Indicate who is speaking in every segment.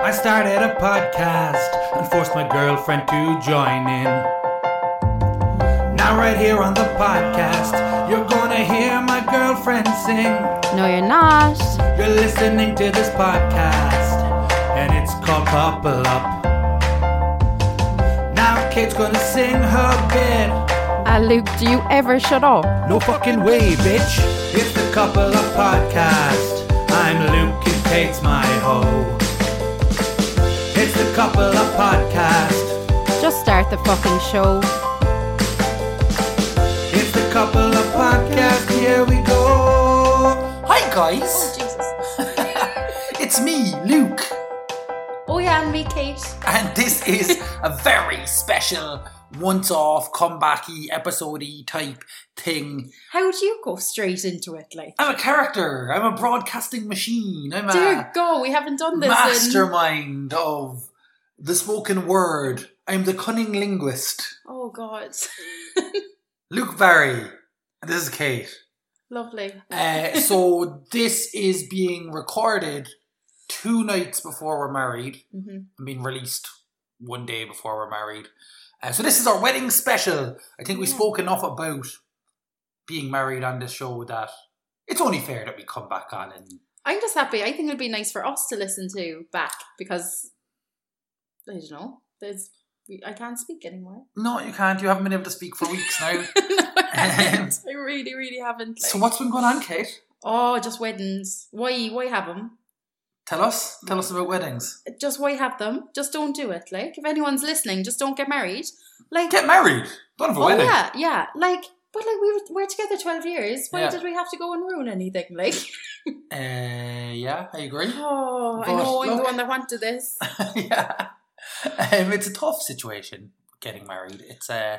Speaker 1: I started a podcast and forced my girlfriend to join in. Now, right here on the podcast, you're gonna hear my girlfriend sing.
Speaker 2: No, you're not.
Speaker 1: You're listening to this podcast, and it's called Couple Up. Now, Kate's gonna sing her bit.
Speaker 2: Uh, Luke, do you ever shut up?
Speaker 1: No fucking way, bitch. It's the Couple Up Podcast. I'm Luke, and Kate's my hoe. It's the Couple Up Podcast.
Speaker 2: Just start the fucking show.
Speaker 1: It's the Couple Up Podcast. Here we go.
Speaker 3: Hi guys, it's me, Luke,
Speaker 4: Oh yeah, and me, Kate.
Speaker 3: and this is a very special once-off comebacky episodey type thing.
Speaker 4: How do you go straight into it? Like,
Speaker 3: I'm a character. I'm a broadcasting machine. I'm
Speaker 4: dear
Speaker 3: a
Speaker 4: God, we haven't done this. In...
Speaker 3: mastermind of the spoken word. I'm the cunning linguist,
Speaker 4: Oh God,
Speaker 3: Luke Barry. And this is Kate.
Speaker 4: lovely.
Speaker 3: Uh, so this is being recorded two nights before we're married.
Speaker 4: Mhm.
Speaker 3: I mean, released one day before we're married. Uh, so this is our wedding special. I think we
Speaker 4: Yeah.
Speaker 3: spoke enough about being married on this show that it's only fair that we come back on and
Speaker 4: I'm just happy. I think it'd be nice for us to listen to back because I don't know. There's we- I can't speak anymore.
Speaker 3: no, you can't. You haven't been able to speak for weeks now.
Speaker 4: no, I, haven't. I really, really haven't. Like,
Speaker 3: so what's been going on, Kate?
Speaker 4: Oh, just weddings. Why? Why have them?
Speaker 3: Tell us. Tell us about weddings.
Speaker 4: Just why have them? Just don't do it. Like, if anyone's listening, just don't get married. Like,
Speaker 3: Get married. Don't have a
Speaker 4: Oh
Speaker 3: wedding.
Speaker 4: yeah, yeah. Like, but like we were, we're together twelve years. Why
Speaker 3: Yeah.
Speaker 4: did we have to go and ruin anything? Like,
Speaker 3: Uh, yeah, I agree.
Speaker 4: oh, I
Speaker 3: But
Speaker 4: know I'm the
Speaker 3: look-
Speaker 4: one that wanted this.
Speaker 3: yeah, um, it's a tough situation getting married. It's uh,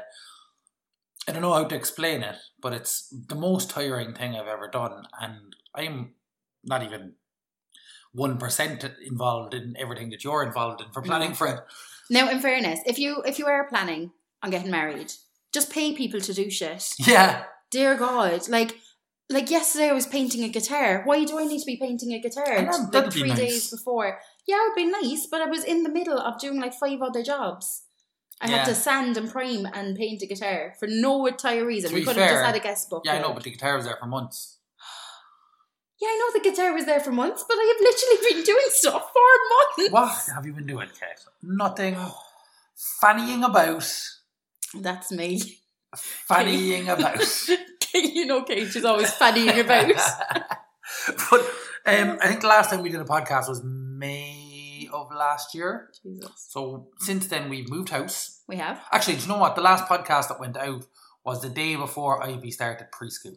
Speaker 3: I don't know how to explain it, but it's the most tiring thing I've ever done, and I'm not even one percent involved in everything that you're involved in for planning for it.
Speaker 4: Now, in fairness, if you if you are planning on getting married, just pay people to do shit.
Speaker 3: Yeah,
Speaker 4: Dear God, like. Like yesterday, I was painting a guitar. Why do I need to be painting a guitar?
Speaker 3: I know,
Speaker 4: Like,
Speaker 3: that'd be
Speaker 4: three
Speaker 3: nice.
Speaker 4: days before. Yeah, it'd be nice, but I was in the middle of doing like five other jobs. I
Speaker 3: Yeah.
Speaker 4: had to sand and prime and paint a guitar for no entire reason.
Speaker 3: To
Speaker 4: we
Speaker 3: be
Speaker 4: could have
Speaker 3: fair-
Speaker 4: just had a guest book.
Speaker 3: yeah, I
Speaker 4: like.
Speaker 3: know, but the guitar was there for months.
Speaker 4: Yeah, I know the guitar was there for months, but I have literally been doing stuff for months.
Speaker 3: What have you been doing, Kate? Nothing. Fannying about.
Speaker 4: That's me.
Speaker 3: Fannying about.
Speaker 4: you know, Kate is always fannying about.
Speaker 3: but um, I think the last time we did a podcast was May of last year.
Speaker 4: Jesus.
Speaker 3: So since then we've moved house.
Speaker 4: We have.
Speaker 3: Actually, do you know what? The last podcast that went out was the day before Ivy started preschool.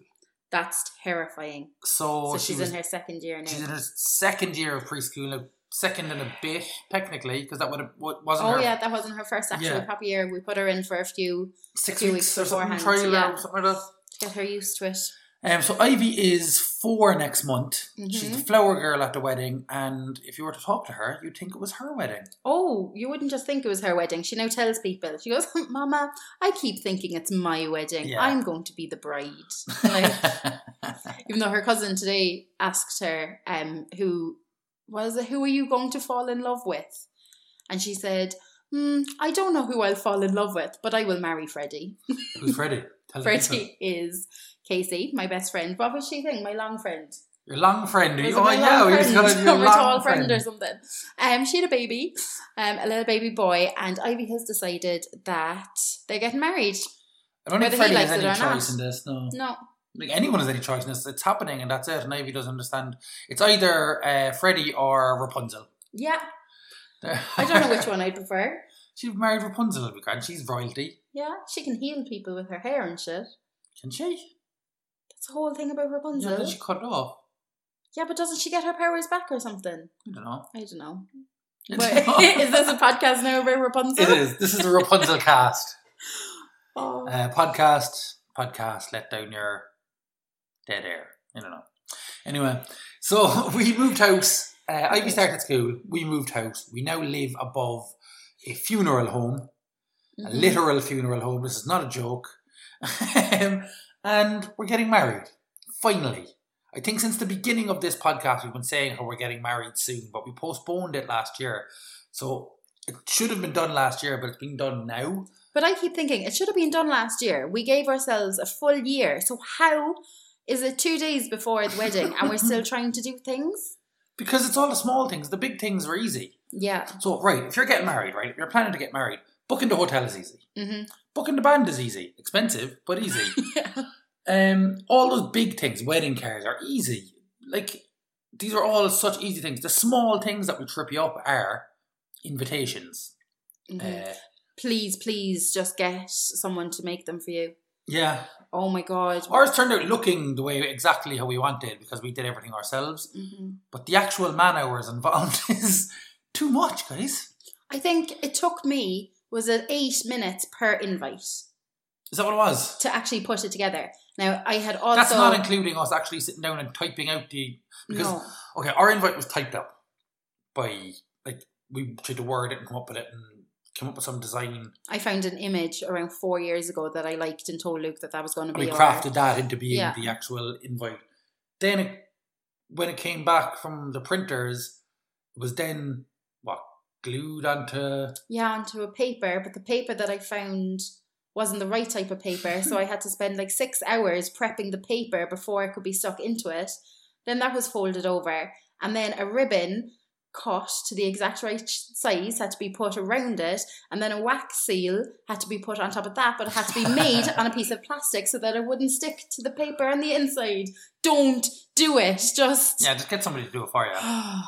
Speaker 4: That's terrifying.
Speaker 3: So,
Speaker 4: so
Speaker 3: Oh, she
Speaker 4: she's
Speaker 3: was
Speaker 4: in her second year now.
Speaker 3: she's in her second year of preschool, like, second and a bit technically, because that would have wasn't
Speaker 4: Oh
Speaker 3: her
Speaker 4: yeah, that wasn't her first actual
Speaker 3: Yeah.
Speaker 4: proper year. We put her in for a few
Speaker 3: six
Speaker 4: few
Speaker 3: weeks,
Speaker 4: weeks
Speaker 3: or something
Speaker 4: beforehand,
Speaker 3: trial
Speaker 4: yeah.
Speaker 3: or something like that.
Speaker 4: to get her used to it.
Speaker 3: Um, so Ivy is four next month. She's
Speaker 4: Mhm.
Speaker 3: the flower girl at the wedding, and if you were to talk to her, you'd think it was her wedding.
Speaker 4: Oh, you wouldn't just think it was her wedding. She now tells people. She goes, "Mama, I keep thinking it's my wedding.
Speaker 3: Yeah.
Speaker 4: I'm going to be the bride." Like, even though her cousin today asked her um who was it who are you going to fall in love with and she said hmm, i don't know who i'll fall in love with but i will marry freddie
Speaker 3: Who's Freddie? Tell the people.
Speaker 4: freddie is casey my best friend what was she think my long friend
Speaker 3: Your long friend.
Speaker 4: Was it
Speaker 3: oh,
Speaker 4: my
Speaker 3: yeah,
Speaker 4: long
Speaker 3: we just got
Speaker 4: friend?
Speaker 3: a your
Speaker 4: Or my
Speaker 3: long
Speaker 4: tall
Speaker 3: friend.
Speaker 4: friend or something um she had a baby um a little baby boy and ivy has decided that they're getting married
Speaker 3: I don't think
Speaker 4: Whether he
Speaker 3: Freddie has
Speaker 4: likes
Speaker 3: any
Speaker 4: it or not.
Speaker 3: choice in this. No,
Speaker 4: no
Speaker 3: like anyone has any choice in this. It's happening, and that's it. And Ivy doesn't understand. It's either uh, Freddie or Rapunzel.
Speaker 4: yeah i don't know which one i'd prefer
Speaker 3: she married Rapunzel. It'd be grand. She's royalty,
Speaker 4: yeah she can heal people with her hair and shit
Speaker 3: can she?
Speaker 4: that's the whole thing about
Speaker 3: Yeah,
Speaker 4: rapunzel
Speaker 3: then she cut it off.
Speaker 4: Yeah, but doesn't she get her powers back or something?
Speaker 3: I don't know.
Speaker 4: I don't know.
Speaker 3: I
Speaker 4: But
Speaker 3: don't know.
Speaker 4: is this a podcast now about Rapunzel?
Speaker 3: It is. This is a Rapunzel cast
Speaker 4: Oh.
Speaker 3: uh, podcast. Podcast. Let down your dead air. I don't know. Anyway, so we moved house. Uh, Ivy started school. We moved house. We now live above a funeral home, a
Speaker 4: Mhm.
Speaker 3: literal funeral home. This is not a joke. Um, and we're getting married finally I think since the beginning of this podcast, we've been saying how we're getting married soon, but we postponed it last year. So it should have been done last year, but it's being done now.
Speaker 4: But I keep thinking it should have been done last year. We gave ourselves a full year. So how is it two days before the wedding and we're still trying to do things?
Speaker 3: Because it's all the small things. The big things are easy.
Speaker 4: Yeah.
Speaker 3: So, right, if you're getting married, right, if you're planning to get married, booking the hotel is easy.
Speaker 4: Mm-hmm.
Speaker 3: Booking the band is easy. Expensive, but easy.
Speaker 4: Yeah.
Speaker 3: Um, all those big things, wedding cards, are easy. Like these are all such easy things. The small things that will trip you up are invitations.
Speaker 4: Mhm.
Speaker 3: Uh,
Speaker 4: please, please just get someone to make them for you.
Speaker 3: yeah,
Speaker 4: Oh my God.
Speaker 3: ours turned out looking the way exactly how we wanted because we did everything ourselves.
Speaker 4: hmm
Speaker 3: But the actual man hours involved is too much, guys.
Speaker 4: I think it took me, was it eight minutes per invite
Speaker 3: Is that what it was?
Speaker 4: to actually put it together? Now, I had also.
Speaker 3: That's not including us actually sitting down and typing out the because
Speaker 4: no.
Speaker 3: Okay, our invite was typed up by like we tried to word it and come up with it and come up with some design
Speaker 4: I found an image around four years ago that I liked and told Luke that that was going to
Speaker 3: and
Speaker 4: be
Speaker 3: we
Speaker 4: our-
Speaker 3: crafted that into being
Speaker 4: Yeah.
Speaker 3: the actual invite. Then it, when it came back from the printers, it was then what glued onto
Speaker 4: yeah, onto a paper, but the paper that I found wasn't the right type of paper, so I had to spend like six hours prepping the paper before it could be stuck into it. Then that was folded over, and then a ribbon cut to the exact right size had to be put around it, and then a wax seal had to be put on top of that, but it had to be made on a piece of plastic so that it wouldn't stick to the paper on the inside. Don't do it. Just
Speaker 3: yeah. Just get somebody to do it for you.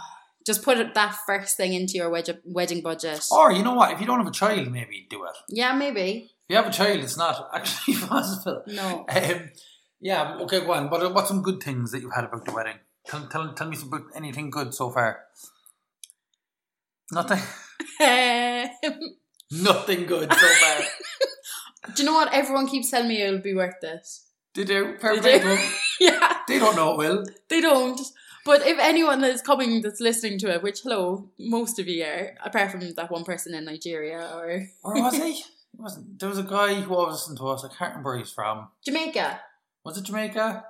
Speaker 4: just put it- that first thing into your wedge- wedding budget.
Speaker 3: Or you know what? If you don't have a child, maybe do it.
Speaker 4: yeah, maybe.
Speaker 3: If you have a child, it's not actually possible.
Speaker 4: No.
Speaker 3: Um, yeah. Okay, go on. What what's some good things that you've had about the wedding? Tell tell, tell me about anything good so far. Nothing.
Speaker 4: Um,
Speaker 3: Nothing good so far.
Speaker 4: do you know what? Everyone keeps telling me it'll be worth it.
Speaker 3: Did you? Fair
Speaker 4: Did
Speaker 3: play
Speaker 4: you?
Speaker 3: to 'em.
Speaker 4: Yeah,
Speaker 3: They don't know it will.
Speaker 4: they don't. But if anyone that's coming that's listening to it, which hello, most of you are, apart from that one person in Nigeria or
Speaker 3: Where was he? He wasn't. There was a guy who always listened to us. I can't remember where he's from.
Speaker 4: Jamaica.
Speaker 3: Was it Jamaica?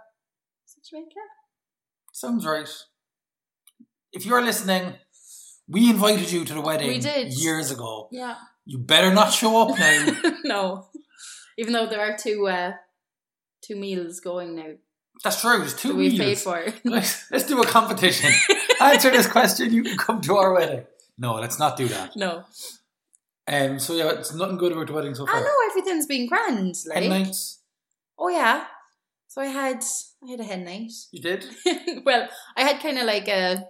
Speaker 4: Is it Jamaica?
Speaker 3: Sounds right. If you're listening, we invited you to the wedding
Speaker 4: We did.
Speaker 3: years ago.
Speaker 4: Yeah.
Speaker 3: You better not show up now.
Speaker 4: no. Even though there are two uh two meals going now
Speaker 3: That's true. There's two
Speaker 4: that we paid
Speaker 3: meals.
Speaker 4: for.
Speaker 3: Let's, let's do a competition. Answer this question, you can come to our wedding. No, let's not do that.
Speaker 4: No.
Speaker 3: Um. So yeah, it's nothing good about the wedding so far.
Speaker 4: I know everything's been grand, like
Speaker 3: Hen nights.
Speaker 4: Oh yeah. So I had I had a hen night.
Speaker 3: You did.
Speaker 4: well, I had kind of like a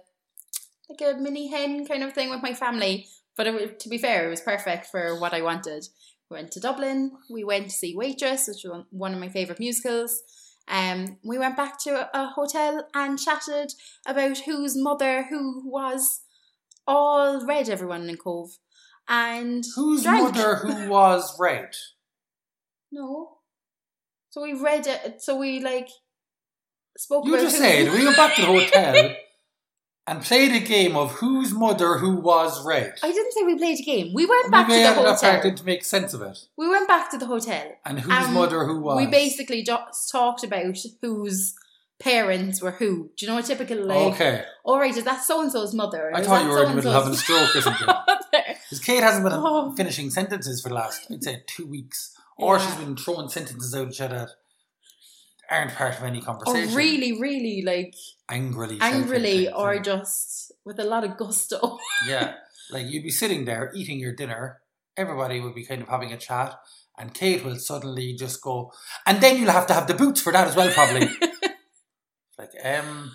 Speaker 4: like a mini hen kind of thing with my family, but it, wa- to be fair, it was perfect for what I wanted. We went to Dublin. We went to see Waitress, which was one- one of my favorite musicals. Um, we went back to a, a hotel and chatted about whose mother who was all red. Everyone in Cove, and
Speaker 3: Whose
Speaker 4: drank.
Speaker 3: mother who was red?
Speaker 4: No, so we read it. So we like spoke.
Speaker 3: You
Speaker 4: about
Speaker 3: just
Speaker 4: who-
Speaker 3: said we went back to the hotel and played a game of whose mother who was red.
Speaker 4: I didn't say we played a game. We went
Speaker 3: And
Speaker 4: back
Speaker 3: we
Speaker 4: to the
Speaker 3: added up
Speaker 4: hotel.
Speaker 3: back to make sense of it.
Speaker 4: We went back to the hotel.
Speaker 3: And whose
Speaker 4: Um,
Speaker 3: mother who was.
Speaker 4: We basically just talked about whose parents were who. Do you know a typical like?
Speaker 3: Okay.
Speaker 4: All right, is that so and so's mother?
Speaker 3: I
Speaker 4: Is
Speaker 3: thought
Speaker 4: that
Speaker 3: you were in the middle of having a
Speaker 4: so-and-so's
Speaker 3: stroke or something.
Speaker 4: mother?
Speaker 3: Because Kate hasn't been
Speaker 4: Oh.
Speaker 3: finishing sentences for the last, I'd say, two weeks. Or
Speaker 4: Yeah.
Speaker 3: she's been throwing sentences out at you that aren't part of any
Speaker 4: Or
Speaker 3: conversation.
Speaker 4: Oh, really, really like
Speaker 3: Angrily. shouting
Speaker 4: angrily,
Speaker 3: things
Speaker 4: or
Speaker 3: and-
Speaker 4: just with a lot of gusto.
Speaker 3: Yeah. Like you'd be sitting there eating your dinner, everybody would be kind of having a chat, and Kate will suddenly just go, and then you'll have to have the boots for that as well, probably. like, um,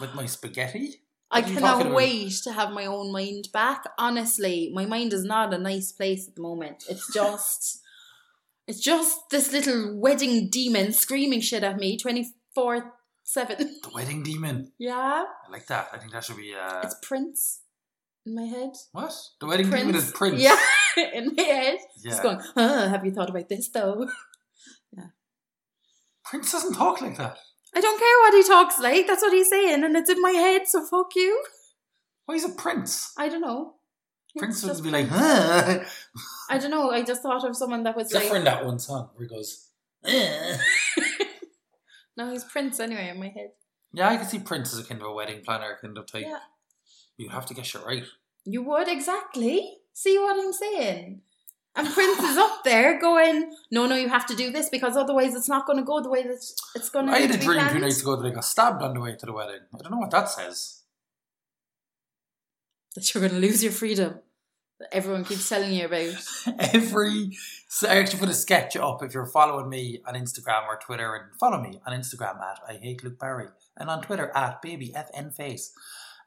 Speaker 3: with my spaghetti?
Speaker 4: I
Speaker 3: What are you talking
Speaker 4: cannot
Speaker 3: about?
Speaker 4: wait to have my own mind back. Honestly, my mind is not a nice place at the moment. It's just, it's just this little wedding demon screaming shit at me twenty four seven.
Speaker 3: The wedding demon.
Speaker 4: Yeah,
Speaker 3: I like that. I think that should be, uh,
Speaker 4: it's Prince in my head.
Speaker 3: what? The wedding demon is Prince.
Speaker 4: Yeah, in my head. Just
Speaker 3: yeah.
Speaker 4: going. "Huh, have you thought about this though?
Speaker 3: Prince doesn't talk like that.
Speaker 4: I don't care what he talks like. That's what he's saying, and it's in my head. So fuck you.
Speaker 3: Why is a prince?
Speaker 4: I don't know. It's
Speaker 3: Prince
Speaker 4: just-
Speaker 3: would be like, huh?
Speaker 4: I don't know. I just thought of someone that was
Speaker 3: Except
Speaker 4: like.
Speaker 3: for in that one song where he goes, eh.
Speaker 4: No, he's Prince anyway in my head.
Speaker 3: Yeah, I can see Prince as a kind of a wedding planner kind of type.
Speaker 4: Yeah.
Speaker 3: You'd have to get shit right.
Speaker 4: You would exactly. See what I'm saying? And Prince is up there going, "No, no, you have to do this because otherwise it's not going to go the way that it's going to."
Speaker 3: I had a
Speaker 4: be
Speaker 3: dream two
Speaker 4: planned."
Speaker 3: nights ago that I got stabbed on the way to the wedding. I don't know what that says.
Speaker 4: that you're going to lose your freedom that everyone keeps telling you about.
Speaker 3: Every so I actually put a sketch up if you're following me on Instagram or Twitter and follow me on Instagram at I hate Luke Barry and on Twitter at baby FN face.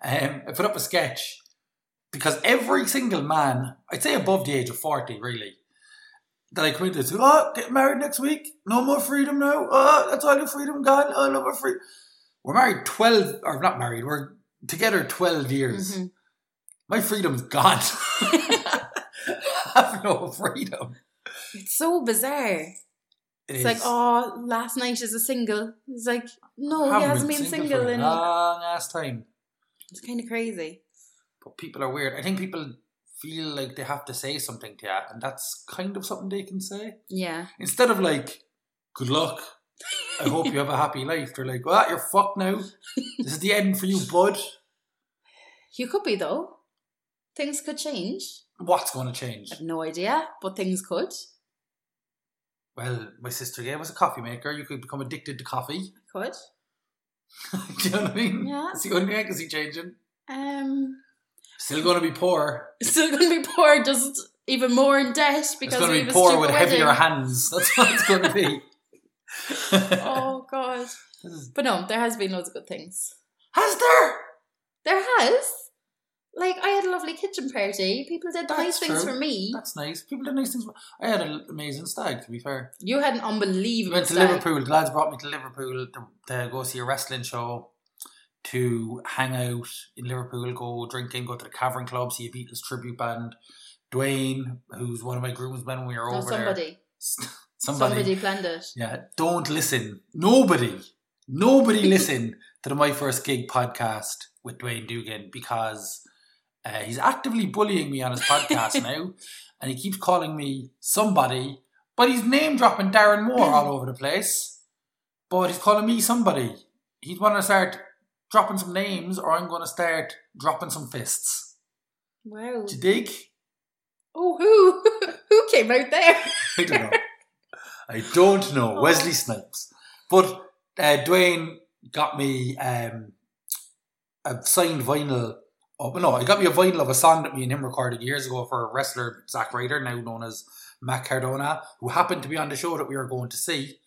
Speaker 3: Um, I put up a sketch because every single man, I'd say above the age of forty, really, that I come into said, oh, get married next week, no more freedom now, oh, that's all your freedom gone, oh, no more free. We're married twelve, or not married, we're together twelve years.
Speaker 4: Mhm.
Speaker 3: My freedom's gone. I have no freedom.
Speaker 4: It's so bizarre.
Speaker 3: It
Speaker 4: It's
Speaker 3: is-
Speaker 4: like, oh, last night is a single. It's like, no, he
Speaker 3: Haven't
Speaker 4: hasn't been single,
Speaker 3: for Ah. a
Speaker 4: in
Speaker 3: long ass time.
Speaker 4: it's kind of crazy.
Speaker 3: But people are weird. I think people feel like they have to say something to you, and that's kind of something they can say
Speaker 4: Yeah,
Speaker 3: instead of like, "Good luck." I hope you have a happy life. They're like, well, you're fucked now. This is the end for you, bud.
Speaker 4: you could be though. Things could change.
Speaker 3: What's going to change?
Speaker 4: I have no idea, but things could.
Speaker 3: Well, my sister gave us a coffee maker. You could become addicted to coffee.
Speaker 4: Could.
Speaker 3: Do you know what I mean?
Speaker 4: Yeah.
Speaker 3: It's the only thing I can see changing.
Speaker 4: Um,
Speaker 3: Still going to be poor.
Speaker 4: still gonna be poor, just even more in debt because
Speaker 3: it's
Speaker 4: we
Speaker 3: going to
Speaker 4: have
Speaker 3: be
Speaker 4: a
Speaker 3: poor
Speaker 4: stupid
Speaker 3: with
Speaker 4: wedding.
Speaker 3: heavier hands. That's what it's going to be.
Speaker 4: Oh god! But no, there has been loads of good things.
Speaker 3: Has there?
Speaker 4: There has. Like I had a lovely kitchen party. People did
Speaker 3: That's
Speaker 4: nice things
Speaker 3: true.
Speaker 4: for me.
Speaker 3: That's nice. People did nice things. I had an amazing stag, to be fair.
Speaker 4: You had an
Speaker 3: We
Speaker 4: unbelievable.
Speaker 3: went to
Speaker 4: stag.
Speaker 3: Liverpool. The lads brought me to Liverpool to, to go see a wrestling show, to hang out in Liverpool, go drinking, go to the Cavern Club, see a Beatles tribute band. Dwayne, who's one of my groomsmen when we were
Speaker 4: No,
Speaker 3: over there.
Speaker 4: somebody.
Speaker 3: somebody.
Speaker 4: Somebody planned it.
Speaker 3: Yeah, don't listen. Nobody, nobody listen to the My First Gig podcast with Dwayne Dugan because uh, he's actively bullying me on his podcast now, and he keeps calling me somebody, but he's name dropping Darren Moore all over the place. But he's calling me somebody. He's want to start dropping some names, or I'm going to start dropping some fists.
Speaker 4: Wow.
Speaker 3: Do you dig?
Speaker 4: Oh, who who came out there?
Speaker 3: I don't know. I don't know. Wesley Snipes. But uh, Dwayne got me um, a signed vinyl. Of, no, he got me a vinyl of a song that me and him recorded years ago for wrestler Zack Ryder, now known as Matt Cardona, who happened to be on the show that we were going to see.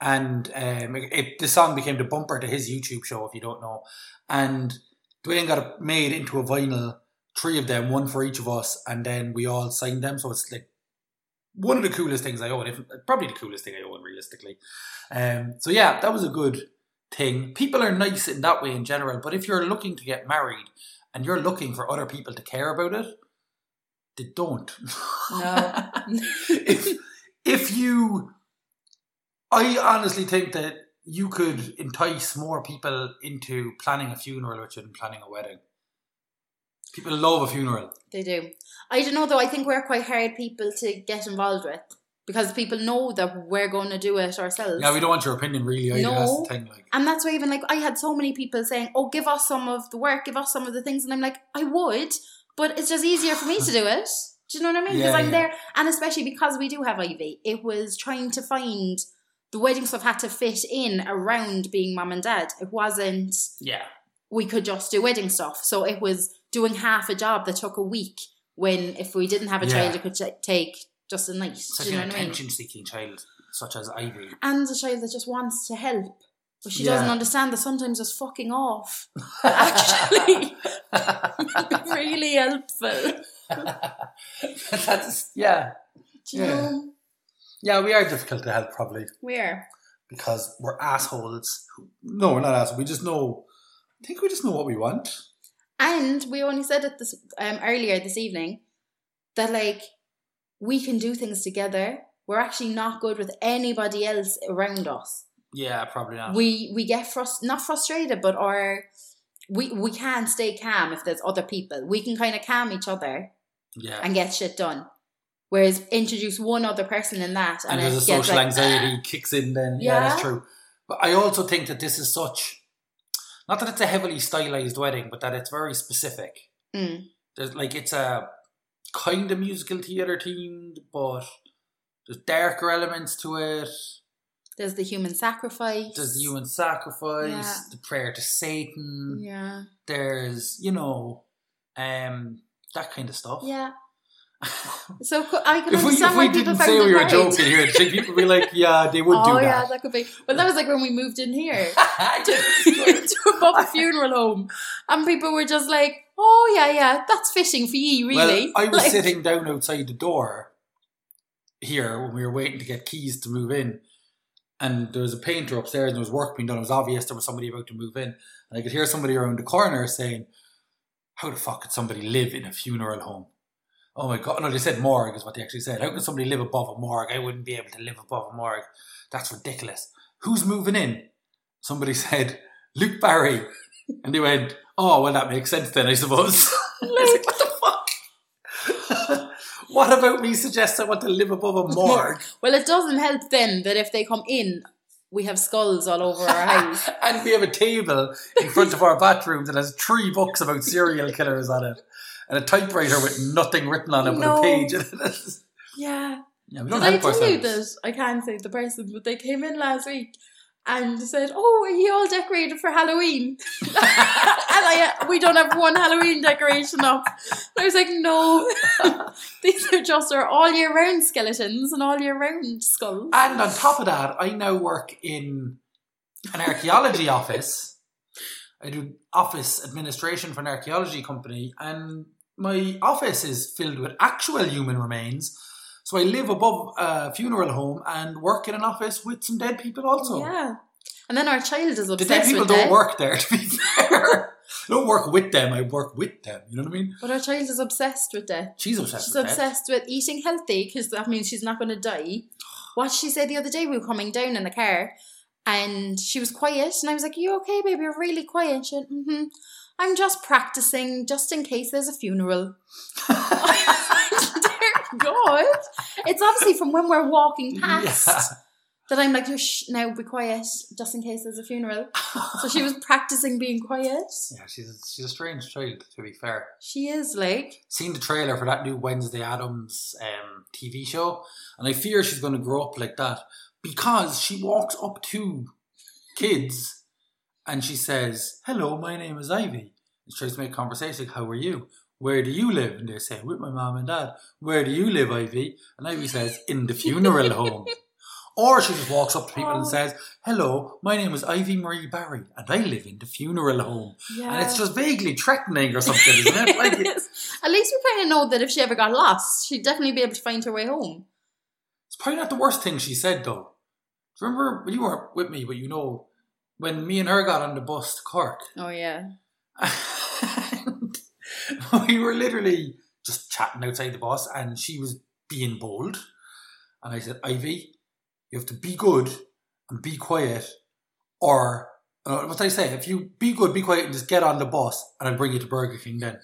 Speaker 3: And um, it, it- the song became the bumper to his YouTube show, if you don't know. And Dwayne got it made into a vinyl, three of them, one for each of us, and then we all signed them. So it's like one of the coolest things I own, if probably the coolest thing I own, realistically. Um, so yeah, that was a good thing. People are nice in that way in general, but if you're looking to get married and you're looking for other people to care about it, they don't.
Speaker 4: No.
Speaker 3: if if you, I honestly think that you could entice more people into planning a funeral rather than planning a wedding. People love a funeral.
Speaker 4: They do. I don't know though. I think we're quite hard people to get involved with because people know that we're going to do it ourselves.
Speaker 3: Yeah, we don't want your opinion really either. That's
Speaker 4: No.
Speaker 3: the thing. Like,
Speaker 4: And that's why even like I had so many people saying, "Oh, give us some of the work, give us some of the things," and I'm like, I would, but it's just easier for me to do it. Do you know what I mean? Because
Speaker 3: Yeah,
Speaker 4: I'm
Speaker 3: yeah.
Speaker 4: there, and especially because we do have Ivy, it was trying to find the wedding stuff had to fit in around being mum and dad. It wasn't
Speaker 3: yeah.
Speaker 4: we could just do wedding stuff, so it was doing half a job that took a week. When if we didn't have a
Speaker 3: Yeah.
Speaker 4: child, it could t- take just a night.
Speaker 3: such
Speaker 4: do you know
Speaker 3: an
Speaker 4: what I mean?
Speaker 3: attention seeking child such as Ivy.
Speaker 4: and a child that just wants to help, but she
Speaker 3: Yeah.
Speaker 4: doesn't understand that sometimes it's fucking off. Actually, really helpful.
Speaker 3: That's yeah.
Speaker 4: Do you
Speaker 3: Yeah.
Speaker 4: know
Speaker 3: Yeah, we are difficult to help probably
Speaker 4: where?
Speaker 3: because we're assholes. No, we're not assholes. We just know I think we just know what we want.
Speaker 4: And we only said it this um, earlier this evening that like we can do things together. We're actually not good with anybody else around us.
Speaker 3: Yeah, probably not.
Speaker 4: We we get frust not frustrated, but are we we can stay calm if there's other people. We can kind of calm each other.
Speaker 3: yeah. And,
Speaker 4: and get shit done. Whereas introduce one other person in that, and,
Speaker 3: there's a
Speaker 4: it gets
Speaker 3: social
Speaker 4: like, uh,
Speaker 3: anxiety kicks in then. Yeah. that's
Speaker 4: Yeah.
Speaker 3: true. But I also think that this is such Not that it's a heavily stylized wedding, but that it's very specific.
Speaker 4: Mm.
Speaker 3: There's like it's a kind of musical theater themed, but there's darker elements to it.
Speaker 4: There's the human sacrifice.
Speaker 3: There's the human sacrifice,
Speaker 4: Yeah.
Speaker 3: the prayer to Satan.
Speaker 4: Yeah.
Speaker 3: There's you know, um, that kind of stuff.
Speaker 4: Yeah. So co- I can
Speaker 3: Oh. If we,
Speaker 4: understand
Speaker 3: if
Speaker 4: why
Speaker 3: we
Speaker 4: people
Speaker 3: didn't
Speaker 4: found
Speaker 3: say
Speaker 4: it
Speaker 3: we were
Speaker 4: hard.
Speaker 3: joking here, it'd take people would be like, "Yeah, they would
Speaker 4: oh
Speaker 3: do that."
Speaker 4: yeah, that could be. Well, that was like when we moved in here.
Speaker 3: I
Speaker 4: to a Bob funeral home, and people were just like, "Oh yeah, yeah, that's fishing for ye, really."
Speaker 3: Well, I was
Speaker 4: Like,
Speaker 3: sitting down outside the door here when we were waiting to get keys to move in, and there was a painter upstairs and there was work being done. It was obvious there was somebody about to move in, and I could hear somebody around the corner saying, "How the fuck could somebody live in a funeral home?" Oh my god! No, they said morgue is what they actually said. How could somebody live above a morgue? I wouldn't be able to live above a morgue. That's ridiculous. Who's moving in? Somebody said Luke Barry, and they went, "Oh well, that makes sense then, I suppose." I was like, what the fuck? what about me suggests I want to live above a morgue?
Speaker 4: well, it doesn't help then that if they come in, we have skulls all over our house.
Speaker 3: and we have a table in front of our bathroom that has three books about serial killers on it. And a typewriter with nothing written on it but
Speaker 4: No.
Speaker 3: a page. in it.
Speaker 4: yeah.
Speaker 3: yeah, we
Speaker 4: Did
Speaker 3: don't
Speaker 4: I
Speaker 3: help
Speaker 4: tell you
Speaker 3: ourselves.
Speaker 4: that? I can't say the person, but they came in last week and said, "Oh, are you all decorated for Halloween?" and I, uh, we don't have one Halloween decoration up. And I was like, "No, these are just our all year round skeletons and all year round skulls."
Speaker 3: And on top of that, I now work in an archaeology office. I do office administration for an archaeology company, and my office is filled with actual human remains. So I live above a funeral home and work in an office with some dead people also.
Speaker 4: Yeah. And then our child is
Speaker 3: The dead
Speaker 4: obsessed
Speaker 3: people
Speaker 4: with
Speaker 3: don't
Speaker 4: death.
Speaker 3: work there, to be fair. I don't work with them, I work with them. You know what I mean?
Speaker 4: But our child is obsessed with death.
Speaker 3: She's obsessed
Speaker 4: She's
Speaker 3: with death.
Speaker 4: obsessed with eating healthy because that means she's not going to die. What she said the other day, we were coming down in the car and she was quiet. And I was like, Are you okay, baby? You're really quiet. And she went, hmm I'm just practicing just in case there's a funeral. Dear God. It's obviously from when we're walking past that I'm like, Shh, now be quiet just in case there's a funeral. So she was practicing being quiet.
Speaker 3: Yeah, she's a, she's a strange child, to be fair.
Speaker 4: She is like,
Speaker 3: Seen the trailer for that new Wednesday Adams um, TV show, and I fear she's going to grow up like that because she walks up to kids and she says, "Hello, my name is Ivy." And she tries to make conversation. Like, How are you? Where do you live? And they say, "With my mom and dad." Where do you live, Ivy? And Ivy says, "In the funeral home." Or she just walks up to people and
Speaker 4: Oh.
Speaker 3: says, "Hello, my name is Ivy Marie Barry, and I live in the funeral home."
Speaker 4: yeah.
Speaker 3: And it's just vaguely threatening or something, isn't it? Like,
Speaker 4: It is. At least we kind of know that if she ever got lost, she'd definitely be able to find her way home.
Speaker 3: It's probably not the worst thing she said though. Do you remember well, you weren't with me, but you know when me and her got on the bus to Cork,
Speaker 4: Oh yeah,
Speaker 3: and we were literally just chatting outside the bus, and she was being bold, and I said, "Ivy, you have to be good and be quiet, or uh, what did I say? If you be good, be quiet, and just get on the bus, and I'll bring you to Burger King then."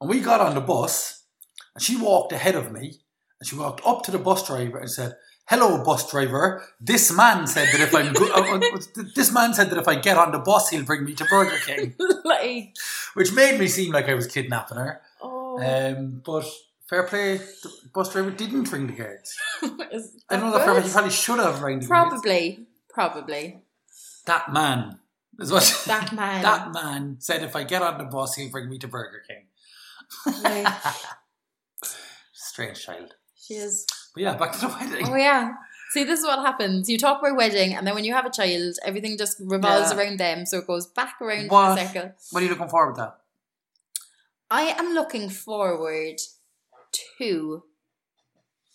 Speaker 3: and we got on the bus, and she walked ahead of me, and she walked up to the bus driver and said. Hello, bus driver. This man said that if I'm good, this man said that if I get on the bus, he'll bring me to Burger King
Speaker 4: like
Speaker 3: which made me seem like I was kidnapping her.
Speaker 4: oh,
Speaker 3: Um, but fair play, the bus driver didn't ring the guards.
Speaker 4: is
Speaker 3: I don't know
Speaker 4: that
Speaker 3: that fair play,
Speaker 4: good?
Speaker 3: he probably should have rang the guards.
Speaker 4: probably, probably
Speaker 3: That man is what that,
Speaker 4: that man.
Speaker 3: man said. If I get on the bus, he'll bring me to Burger King.
Speaker 4: like,
Speaker 3: Strange child.
Speaker 4: she is.
Speaker 3: But yeah, back to the wedding.
Speaker 4: Oh yeah. See, this is what happens. You talk about wedding, and then when you have a child, everything just revolves
Speaker 3: Yeah.
Speaker 4: around them, so it goes back around
Speaker 3: What?
Speaker 4: in a circle.
Speaker 3: What are you looking forward to?
Speaker 4: I am looking forward to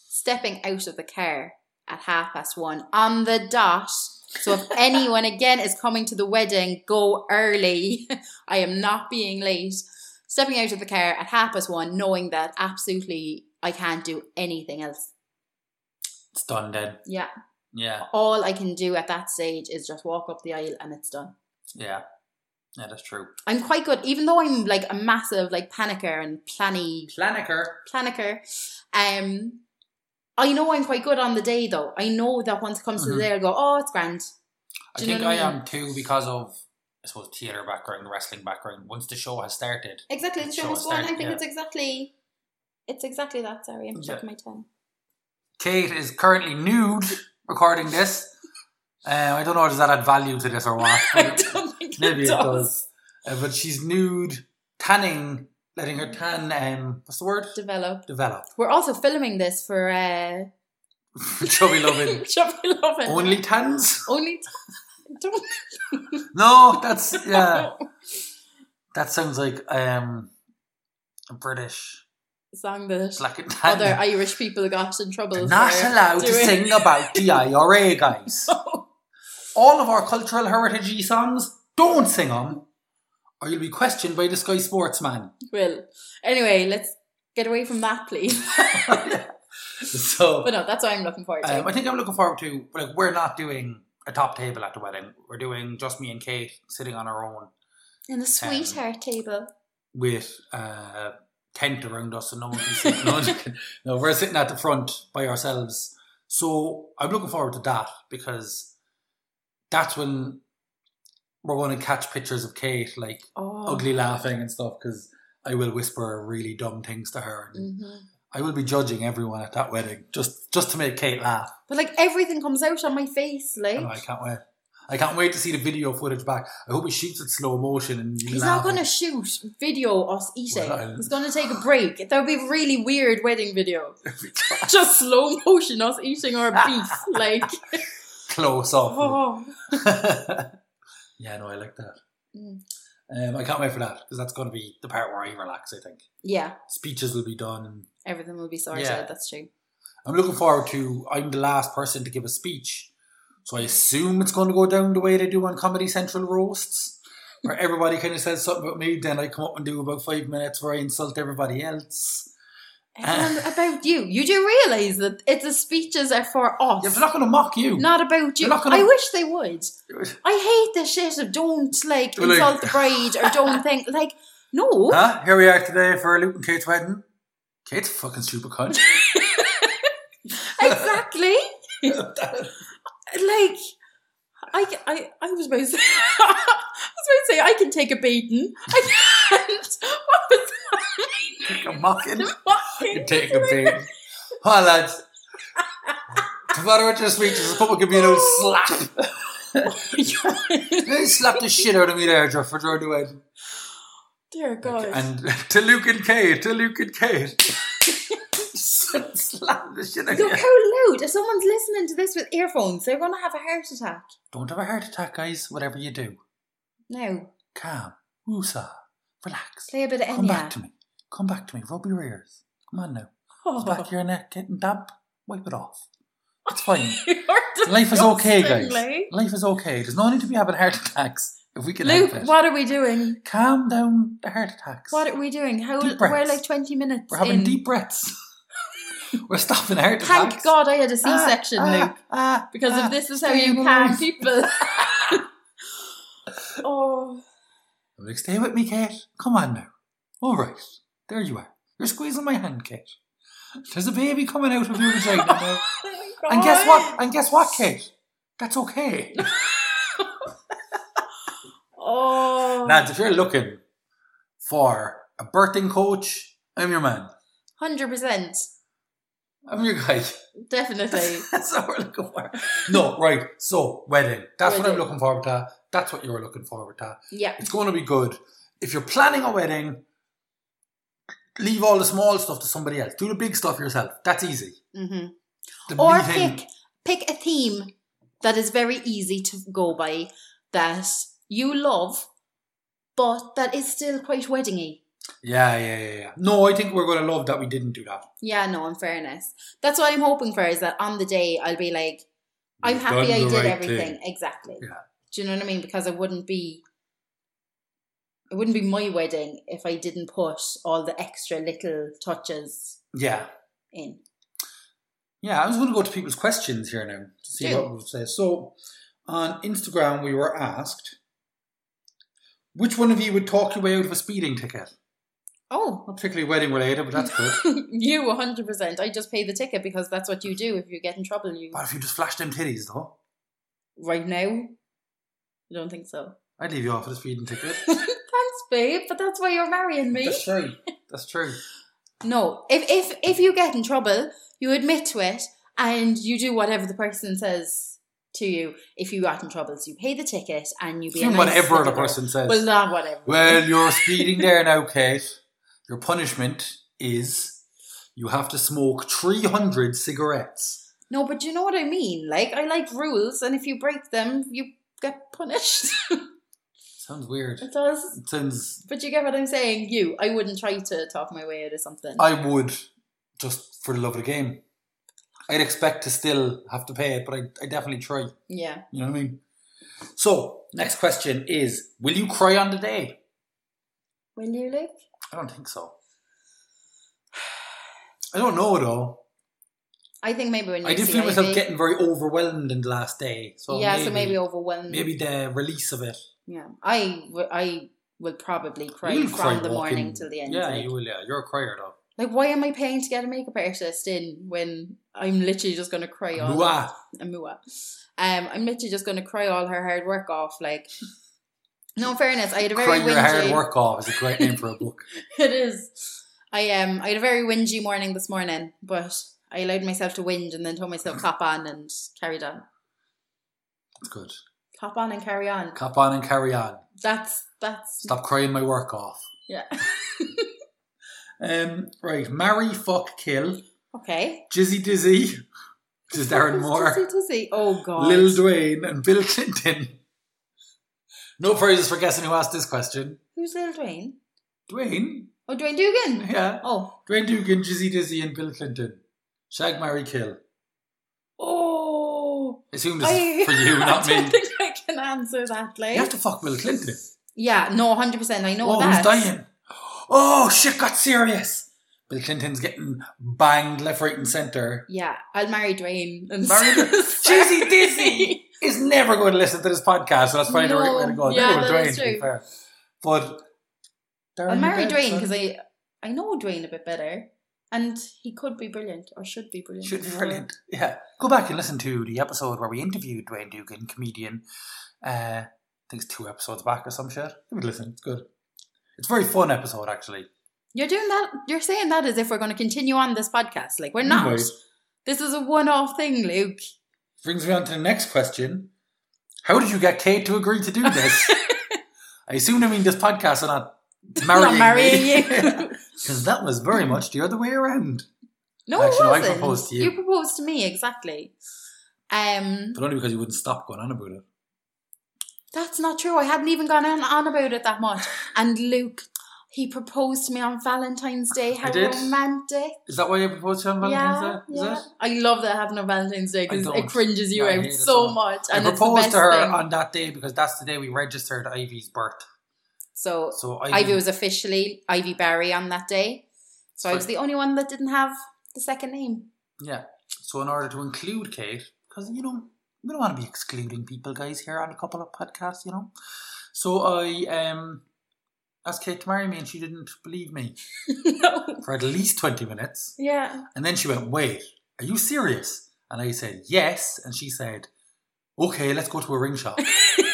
Speaker 4: stepping out of the car at half past one on the dot. So if anyone again is coming to the wedding, go early. I am not being late. Stepping out of the car at half past one, knowing that absolutely I can't do anything else.
Speaker 3: It's done then.
Speaker 4: Yeah.
Speaker 3: Yeah,
Speaker 4: All I can do at that stage is just walk up the aisle and it's done.
Speaker 3: yeah, yeah. That's true.
Speaker 4: I'm quite good, even though I'm like a massive like panicker and planny
Speaker 3: Planicker.
Speaker 4: Planiker. Um, I know I'm quite good on the day though. I know that once it comes to
Speaker 3: Mhm.
Speaker 4: the day, I go, oh, it's grand.
Speaker 3: I
Speaker 4: Do you know
Speaker 3: think
Speaker 4: what
Speaker 3: I
Speaker 4: I mean?
Speaker 3: am too because of I suppose, theatre background, wrestling background, once the show has started.
Speaker 4: Exactly, the
Speaker 3: It's
Speaker 4: show
Speaker 3: so
Speaker 4: must go on. I
Speaker 3: stark,
Speaker 4: think
Speaker 3: yeah.
Speaker 4: it's exactly, it's exactly that. Sorry, I'm
Speaker 3: Yeah.
Speaker 4: checking my tongue.
Speaker 3: Kate is currently nude recording this. Uh, I don't know, does that add value to this or what?
Speaker 4: I don't think
Speaker 3: Maybe
Speaker 4: it
Speaker 3: it
Speaker 4: does.
Speaker 3: does. Uh, but she's nude, tanning, letting her tan, um, what's the word?
Speaker 4: Develop.
Speaker 3: Develop.
Speaker 4: We're also filming this for uh,
Speaker 3: Chubby loving.
Speaker 4: Chubby Lovin.
Speaker 3: Mm. Only tans?
Speaker 4: Only. I don't
Speaker 3: No, that's, yeah.
Speaker 4: know.
Speaker 3: That sounds like um, a British
Speaker 4: Song that
Speaker 3: black and tan.
Speaker 4: other Irish people got in trouble.
Speaker 3: They're not
Speaker 4: for
Speaker 3: allowed to
Speaker 4: doing.
Speaker 3: sing about the IRA, guys. All of our cultural heritage songs, don't sing them, or you'll be questioned by the Sky Sportsman.
Speaker 4: Well, anyway, let's get away from that, please.
Speaker 3: so
Speaker 4: But no, that's what I'm looking forward to.
Speaker 3: um, I think I'm looking forward to like we're not doing a top table at the wedding. We're doing just me and Kate sitting on our own
Speaker 4: and the
Speaker 3: um,
Speaker 4: sweetheart table.
Speaker 3: with uh, tent around us, and no one can see. no, one can- no, we're sitting at the front by ourselves. So I'm looking forward to that because that's when we're going to catch pictures of Kate, like
Speaker 4: Oh.
Speaker 3: ugly laughing and stuff. Because I will whisper really dumb things to her. And
Speaker 4: hmm
Speaker 3: I will be judging everyone at that wedding just just to make Kate laugh.
Speaker 4: But like everything comes out on my face, like.
Speaker 3: I know, I can't wait. I can't wait to see the video footage back. I hope he shoots it slow motion and you
Speaker 4: He's
Speaker 3: laugh
Speaker 4: not going to
Speaker 3: and-
Speaker 4: shoot video us eating.
Speaker 3: Well, I-
Speaker 4: He's going to take a break. That would be a really weird wedding video. Just slow motion us eating our beef. Like,
Speaker 3: close up.
Speaker 4: oh.
Speaker 3: yeah, no, I like that.
Speaker 4: Mm.
Speaker 3: Um, I can't wait for that because that's going to be the part where I relax. I think
Speaker 4: Yeah,
Speaker 3: speeches will be done. and
Speaker 4: everything will be sorted.
Speaker 3: Yeah.
Speaker 4: That's true.
Speaker 3: I'm looking forward to. I'm the last person to give a speech, so I assume it's going to go down the way they do on Comedy Central roasts, where everybody kind of says something about me, then I come up and do about five minutes where I insult everybody else.
Speaker 4: Everyone about you. You do realise that it's the speeches are for us.
Speaker 3: Yeah, they're not going to mock you.
Speaker 4: Not about you.
Speaker 3: They're not gonna-
Speaker 4: I wish they would. I hate the shit of don't like
Speaker 3: Well, like-
Speaker 4: insult the bride or don't think like no.
Speaker 3: Huh? Here we are today for Luke and Kate's wedding. Kate's a fucking stupid cunt.
Speaker 4: Exactly. like I, ca- I, I was about to say, I was about to say I can take a beating. I can't. What was
Speaker 3: I'm mocking.
Speaker 4: that?
Speaker 3: You're taking a beat. Hi, lads. No matter what your speech is, the public give me a little slap. They slapped the shit out of me there, Jeff, for trying to win.
Speaker 4: Dear God.
Speaker 3: And to Luke and Kate, to Luke and Kate. slap the shit out of
Speaker 4: Look
Speaker 3: you.
Speaker 4: how loud! If someone's listening to this with earphones, they're going to have a heart attack.
Speaker 3: Don't have a heart attack, guys. Whatever you do,
Speaker 4: Now,
Speaker 3: calm, woosah, relax.
Speaker 4: play a bit of
Speaker 3: Come back
Speaker 4: Enya.
Speaker 3: to me. Come back to me. Rub your ears. Come on now.
Speaker 4: Oh,
Speaker 3: It's back of your neck getting damp. Wipe it off. It's fine. Life is okay, guys. Life is okay. There's no need to be having heart attacks if we can
Speaker 4: Luke,
Speaker 3: help it.
Speaker 4: what are we doing?
Speaker 3: Calm down the heart attacks.
Speaker 4: What are we doing? How
Speaker 3: Deep
Speaker 4: we're
Speaker 3: breaths.
Speaker 4: like twenty minutes.
Speaker 3: We're having
Speaker 4: in.
Speaker 3: deep breaths. We're stopping heart
Speaker 4: Thank
Speaker 3: attacks.
Speaker 4: God I had a
Speaker 3: Ah,
Speaker 4: C-section,
Speaker 3: ah,
Speaker 4: Luke,
Speaker 3: ah,
Speaker 4: because
Speaker 3: ah.
Speaker 4: if this is how
Speaker 3: stay
Speaker 4: you
Speaker 3: alive.
Speaker 4: calm people. oh,
Speaker 3: I'm like, stay with me, Kate. Come on now. All right. There you are. You're squeezing my hand, Kate. There's a baby coming out of your vagina now. And guess what? And guess what, Kate? That's okay.
Speaker 4: Oh,
Speaker 3: Lads, if you're looking for a birthing coach, I'm your man.
Speaker 4: hundred percent,
Speaker 3: I'm your guy.
Speaker 4: definitely.
Speaker 3: That's what we're looking for. No, right. So, wedding. That's what I'm
Speaker 4: Wedding.
Speaker 3: looking forward to. That's what you're looking forward to.
Speaker 4: Yeah,
Speaker 3: It's going to be good. If you're planning a wedding, leave all the small stuff to somebody else. Do the big stuff yourself. That's easy.
Speaker 4: hmm
Speaker 3: The
Speaker 4: or
Speaker 3: meeting-
Speaker 4: pick pick a theme that is very easy to go by that you love, but that is still quite weddingy.
Speaker 3: Yeah, yeah, yeah, yeah. No, I think we're going to love that we didn't do that.
Speaker 4: Yeah, no, in fairness. That's what I'm hoping for is that on the day I'll be like, I'm
Speaker 3: We've
Speaker 4: happy
Speaker 3: done
Speaker 4: I
Speaker 3: the
Speaker 4: did
Speaker 3: right
Speaker 4: everything.
Speaker 3: thing.
Speaker 4: Exactly.
Speaker 3: Yeah.
Speaker 4: Do you know what I mean? Because it wouldn't be it wouldn't be my wedding if I didn't put all the extra little touches
Speaker 3: Yeah.
Speaker 4: in.
Speaker 3: Yeah, I was going to go to people's questions here now to see
Speaker 4: Do.
Speaker 3: what we'll say. So, on Instagram, we were asked, which one of you would talk your way out of a speeding ticket?
Speaker 4: Oh.
Speaker 3: Not particularly wedding related, but that's good.
Speaker 4: you 100%. I just pay the ticket because that's what you do if you get in trouble. You
Speaker 3: what if you just flash them titties, though?
Speaker 4: right now? I don't think so.
Speaker 3: I'd leave you off with a speeding ticket.
Speaker 4: Thanks, babe, but that's why you're marrying me.
Speaker 3: That's true. That's true.
Speaker 4: No, if if if you get in trouble, you admit to it and you do whatever the person says to you. If you got in trouble, so you pay the ticket and you be a nice
Speaker 3: Whatever the
Speaker 4: little girl.
Speaker 3: person says.
Speaker 4: Well, not whatever.
Speaker 3: Well, you're speeding there now, Kate. Your punishment is you have to smoke 300 cigarettes.
Speaker 4: no, but you know what I mean. Like I like rules, and if you break them, you get punished.
Speaker 3: Sounds weird.
Speaker 4: it does.
Speaker 3: It sounds.
Speaker 4: But you get what I'm saying. You, I wouldn't try to talk my way out of something.
Speaker 3: I would, just for the love of the game. I'd expect to still have to pay it, but I, I definitely try.
Speaker 4: yeah.
Speaker 3: You know what I mean? So, next question is Will you cry on the day?
Speaker 4: Will you, Luke?
Speaker 3: I don't think so. I don't know though.
Speaker 4: I think maybe when you
Speaker 3: I did
Speaker 4: see
Speaker 3: feel myself
Speaker 4: Ivy-
Speaker 3: getting very overwhelmed in the last day. So
Speaker 4: yeah,
Speaker 3: maybe,
Speaker 4: so maybe overwhelmed.
Speaker 3: maybe the release of it.
Speaker 4: Yeah, I w- I will probably cry
Speaker 3: You'll
Speaker 4: from
Speaker 3: cry
Speaker 4: the morning
Speaker 3: walking.
Speaker 4: till the end.
Speaker 3: Yeah,
Speaker 4: like,
Speaker 3: you will. Yeah, you're a crier though.
Speaker 4: like, why am I paying to get a makeup artist in when I'm literally just gonna cry all
Speaker 3: Mwah.
Speaker 4: a mua. Um, I'm literally just gonna cry all her hard work off. Like, no in fairness, I had a very
Speaker 3: Cry
Speaker 4: windy.
Speaker 3: your hard work off is a great name for a book.
Speaker 4: It is. I um, I had a very windy morning this morning, but I allowed myself to whinge and then told myself cop on and carried on.
Speaker 3: That's good.
Speaker 4: Cop on and carry on.
Speaker 3: Cop on and carry on.
Speaker 4: That's that's
Speaker 3: Stop crying my work off.
Speaker 4: yeah.
Speaker 3: Um, right, marry, fuck, kill,
Speaker 4: Okay.
Speaker 3: Jizzy Dizzy, which is Darren Moore.
Speaker 4: Dizzy, dizzy. Oh god.
Speaker 3: Lil Dwayne and Bill Clinton. No prizes for guessing who asked this question.
Speaker 4: Who's Lil Dwayne?
Speaker 3: Dwayne?
Speaker 4: Oh, Dwayne Dugan.
Speaker 3: Yeah.
Speaker 4: Oh.
Speaker 3: Dwayne Dugan, Jizzy Dizzy, and Bill Clinton. Shag, marry, kill.
Speaker 4: Oh.
Speaker 3: Assume this is for you, not
Speaker 4: I don't
Speaker 3: me.
Speaker 4: think I can answer that. Like,
Speaker 3: You have to fuck Bill Clinton.
Speaker 4: yeah, no, hundred percent. I know
Speaker 3: oh,
Speaker 4: that.
Speaker 3: he's dying. Oh, shit got serious. Bill Clinton's getting banged left, right, and centre.
Speaker 4: Yeah, I'll marry Dwayne and
Speaker 3: Marry
Speaker 4: Sarah.
Speaker 3: Jizzy Dizzy is never going to listen to this podcast, so that's probably the right way to go.
Speaker 4: No. Yeah,
Speaker 3: Neither will
Speaker 4: that is
Speaker 3: Dwayne, to be
Speaker 4: true.
Speaker 3: fair. But
Speaker 4: I'll marry Dwayne because I I know Dwayne a bit better, and he could be brilliant or should be brilliant.
Speaker 3: Should be brilliant. Yeah. Go back and listen to the episode where we interviewed Dwayne Dugan, comedian. Uh, I think it's two episodes back or some shit. You would listen. It's good. It's a very fun episode, actually.
Speaker 4: You're doing that. You're saying that as if we're going to continue on this podcast. Like we're not.
Speaker 3: Anyways,
Speaker 4: This is a one-off thing, Luke.
Speaker 3: brings me on to the next question. How did you get Kate to agree to do this? I assume they mean this podcast and not marrying
Speaker 4: not marrying
Speaker 3: me.
Speaker 4: you.
Speaker 3: Because that was very much the other way around.
Speaker 4: No,
Speaker 3: Actually,
Speaker 4: it
Speaker 3: no, I
Speaker 4: wasn't.
Speaker 3: proposed to you.
Speaker 4: proposed to me exactly. Um,
Speaker 3: But only because you wouldn't stop going on about it.
Speaker 4: that's not true. I hadn't even gone on, on about it that much. And Luke, he proposed to me on Valentine's Day. How
Speaker 3: did.
Speaker 4: romantic!
Speaker 3: Is that why you proposed to her on Valentine's Day? Is
Speaker 4: yeah.
Speaker 3: it?
Speaker 4: I love that having a Valentine's Day because
Speaker 3: I
Speaker 4: it
Speaker 3: don't.
Speaker 4: cringes you
Speaker 3: No, I hate
Speaker 4: out
Speaker 3: it
Speaker 4: so
Speaker 3: so
Speaker 4: much.
Speaker 3: I
Speaker 4: And it's the
Speaker 3: proposed
Speaker 4: best
Speaker 3: to her
Speaker 4: thing.
Speaker 3: on that day because that's the day we registered Ivy's birth.
Speaker 4: so
Speaker 3: So Ivy,
Speaker 4: Ivy was officially Ivy Barry on that day. So I was
Speaker 3: Right.
Speaker 4: the only one that didn't have the second name.
Speaker 3: yeah. So in order to include Kate, because you know we don't want to be excluding people, guys, here on a couple of podcasts, you know. So I um asked Kate to marry me, and she didn't believe me
Speaker 4: no.
Speaker 3: for at least twenty minutes,
Speaker 4: Yeah.
Speaker 3: and then she went, "Wait, are you serious?" And I said, "Yes," and she said, "Okay, let's go to a ring shop."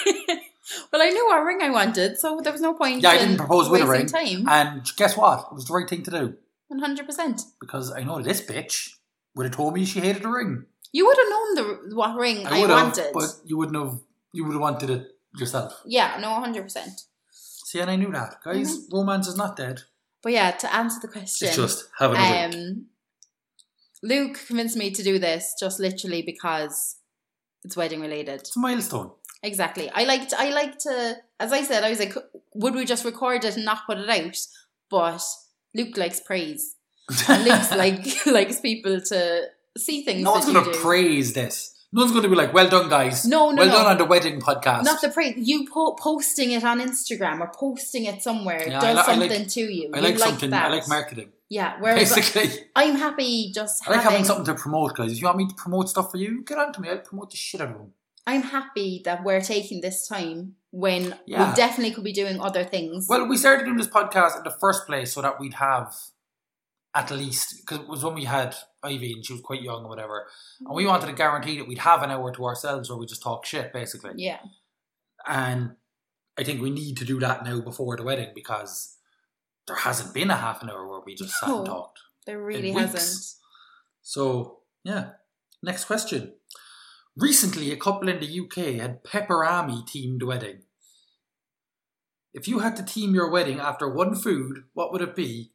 Speaker 4: well, I knew what ring I wanted, so there was no point.
Speaker 3: Yeah, I
Speaker 4: in
Speaker 3: didn't propose with a
Speaker 4: wasting Time.
Speaker 3: and guess what? It was the right thing to do
Speaker 4: One hundred percent.
Speaker 3: because I know this bitch would have told me she hated a ring.
Speaker 4: You would have known the what ring I,
Speaker 3: would
Speaker 4: wanted.
Speaker 3: have, but you wouldn't have. You would have wanted it yourself.
Speaker 4: yeah, no, one hundred percent.
Speaker 3: See, and I knew that, guys.
Speaker 4: Mm-hmm.
Speaker 3: Romance is not dead.
Speaker 4: But yeah, to answer the question,
Speaker 3: It's just having a drink.
Speaker 4: um, Luke convinced me to do this just literally because it's wedding related.
Speaker 3: It's a milestone.
Speaker 4: Exactly. I like to, I like to, as I said, I was like, would we just record it and not put it out? But Luke likes praise. And Luke like likes people to see things.
Speaker 3: no one's
Speaker 4: that you
Speaker 3: going to
Speaker 4: do.
Speaker 3: praise this. No one's going to be like, "Well done, guys."
Speaker 4: No, no,
Speaker 3: well
Speaker 4: no.
Speaker 3: done on the wedding podcast.
Speaker 4: Not the praise. You po- posting it on Instagram or posting it somewhere
Speaker 3: Yeah, I
Speaker 4: does
Speaker 3: li- I like-
Speaker 4: something to you.
Speaker 3: I
Speaker 4: You
Speaker 3: like, something.
Speaker 4: That.
Speaker 3: I like marketing.
Speaker 4: Yeah. Whereas
Speaker 3: Basically,
Speaker 4: I'm happy just
Speaker 3: I like having
Speaker 4: having
Speaker 3: something to promote, guys. If you want me to promote stuff for you, get on to me. I'll promote the shit out of them.
Speaker 4: I'm happy that we're taking this time when
Speaker 3: Yeah.
Speaker 4: we definitely could be doing other things.
Speaker 3: Well, we started doing this podcast in the first place so that we'd have at least because it was when we had Ivy and she was quite young or whatever, and we wanted to guarantee that we'd have an hour to ourselves where we just talk shit basically.
Speaker 4: yeah.
Speaker 3: And I think we need to do that now before the wedding because there hasn't been a half an hour where we just sat and
Speaker 4: No.
Speaker 3: talked.
Speaker 4: There really
Speaker 3: weeks.
Speaker 4: hasn't.
Speaker 3: So, yeah. Next question. Recently, a couple in the UK had pepperami themed wedding. If you had to theme your wedding after one food, what would it be?